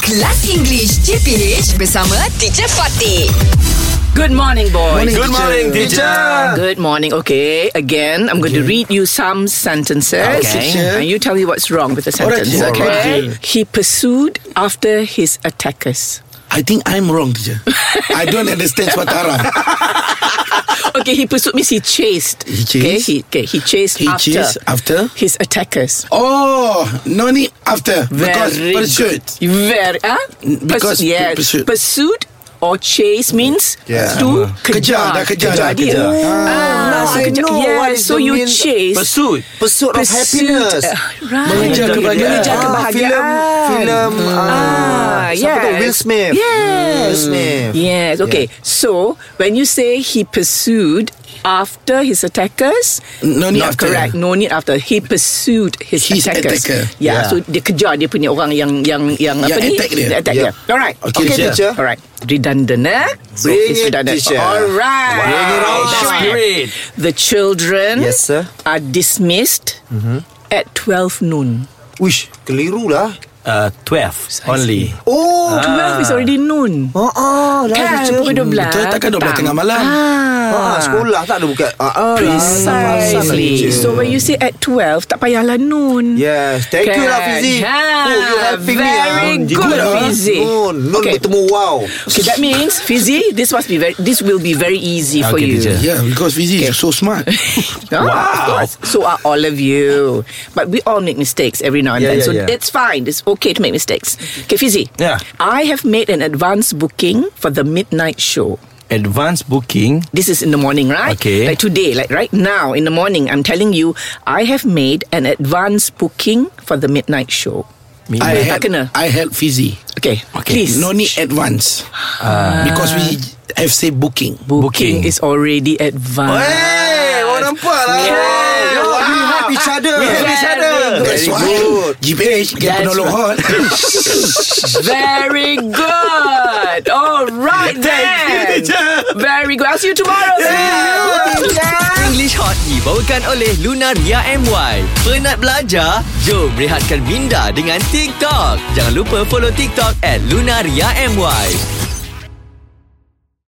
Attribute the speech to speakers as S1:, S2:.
S1: Kelas English CPH bersama Teacher Fatih.
S2: Good morning, boys.
S3: Good morning, teacher.
S2: Good morning. Okay, again, I'm going to read you some sentences.
S3: Okay.
S2: And you tell me what's wrong with the sentence.
S3: teacher.
S2: okay.
S3: Alright.
S2: He pursued after his attackers.
S3: I think I'm wrong, teacher. I don't understand what Arab.
S2: Okay, he pursued means he chased.
S3: He
S2: Okay,
S3: chased?
S2: he, okay, he chased
S3: He
S2: after
S3: chased after?
S2: his attackers.
S3: Oh, no need after because
S2: Very
S3: pursuit.
S2: good. Very. Huh? Pursu-
S3: Because pu-
S2: yes.
S3: pursuit.
S2: Pursuit or chase means
S3: Yeah.
S2: to
S3: Kejar, dah kejar, dah
S2: dia.
S3: kejar.
S2: Ah, so kejar. Yeah, so you chase.
S4: Pursuit Pursuit of happiness
S2: Uh, right.
S3: Mengejar kebahagiaan.
S2: Mengejar
S3: Ah,
S2: kebahagiaan.
S4: Film Film
S2: Ah,
S4: ah, Siapa tu
S2: yes.
S4: Will Smith
S2: Yes.
S4: Will Smith
S2: Yes. Okay. So when you say he pursued after his attackers,
S3: No need
S2: not
S3: after.
S2: correct. No need after. He pursued his,
S3: His
S2: attackers.
S3: attacker.
S2: Yeah,
S4: Yeah.
S2: So dia kejar dia punya orang yang yang yang, apa
S3: Yang
S2: ni?
S3: attack dia.
S2: attack
S4: Yeah.
S2: dia. Alright.
S3: Okay, teacher.
S2: Alright. Redundant. Eh? So
S4: Bring
S2: it's
S4: it,
S2: redundant.
S4: teacher.
S2: Alright.
S4: Bring it on,
S2: That's right.
S4: spirit.
S5: lah.
S2: The children
S4: Yes, sir. Mm-hmm.
S2: are dismissed at 12 noon.
S4: Wish Keliru lah
S6: Uh, 12 only. Ah.
S4: Oh
S2: 12 is already noon.
S4: Oh, oh lah
S2: Kan pukul 12
S3: Betul, takkan 12 tengah malam.
S4: ah,
S2: ah,
S4: Sekolah tak ada buka ah, ah, lah.
S2: Precisely
S4: Pasal lah,
S2: So when you say at 12 Tak payahlah noon
S4: Yes Thank you lah
S2: Kan.
S4: Fizi
S2: Ha,
S4: Oh you helping me
S2: very
S4: Ah,
S2: good, Fizi.
S4: Nun Nun
S2: Okay.
S4: bertemu wow
S2: Okay that means Fizi This must be very This will be very easy for
S6: Okay,
S2: you
S6: teacher.
S3: Yeah, because Fizi is so smart.
S2: Ah, of course. So are all of you But we all make mistakes Every now and
S4: Yeah,
S2: then
S4: yeah,
S2: So
S4: yeah.
S2: it's fine It's okay to make mistakes Okay Fizi
S6: Yeah.
S2: I have made an advance booking For the midnight show
S6: Advance booking.
S2: This is in the morning, right?
S6: Okay.
S2: Like today, like right now in the morning, I'm telling you, I have made an advance booking for the midnight show. tak
S3: I help,
S2: kena.
S3: I help Fizi.
S2: Okay, Ah. please.
S3: No need advance because we have say booking.
S2: booking, is already advanced.
S4: Hey Oh nampak lah
S2: Yeah.
S4: Oh, We help each other We
S2: help each other.
S3: That's
S4: Very
S3: why
S4: good
S3: GPH get
S2: That's
S3: penolong hot.
S2: Very good. All right then. Very good. I'll see you tomorrow. then.
S5: English Hot dibawakan oleh Lunaria MY. Penat belajar? Jom rehatkan minda dengan TikTok. Jangan lupa follow TikTok at Lunaria MY.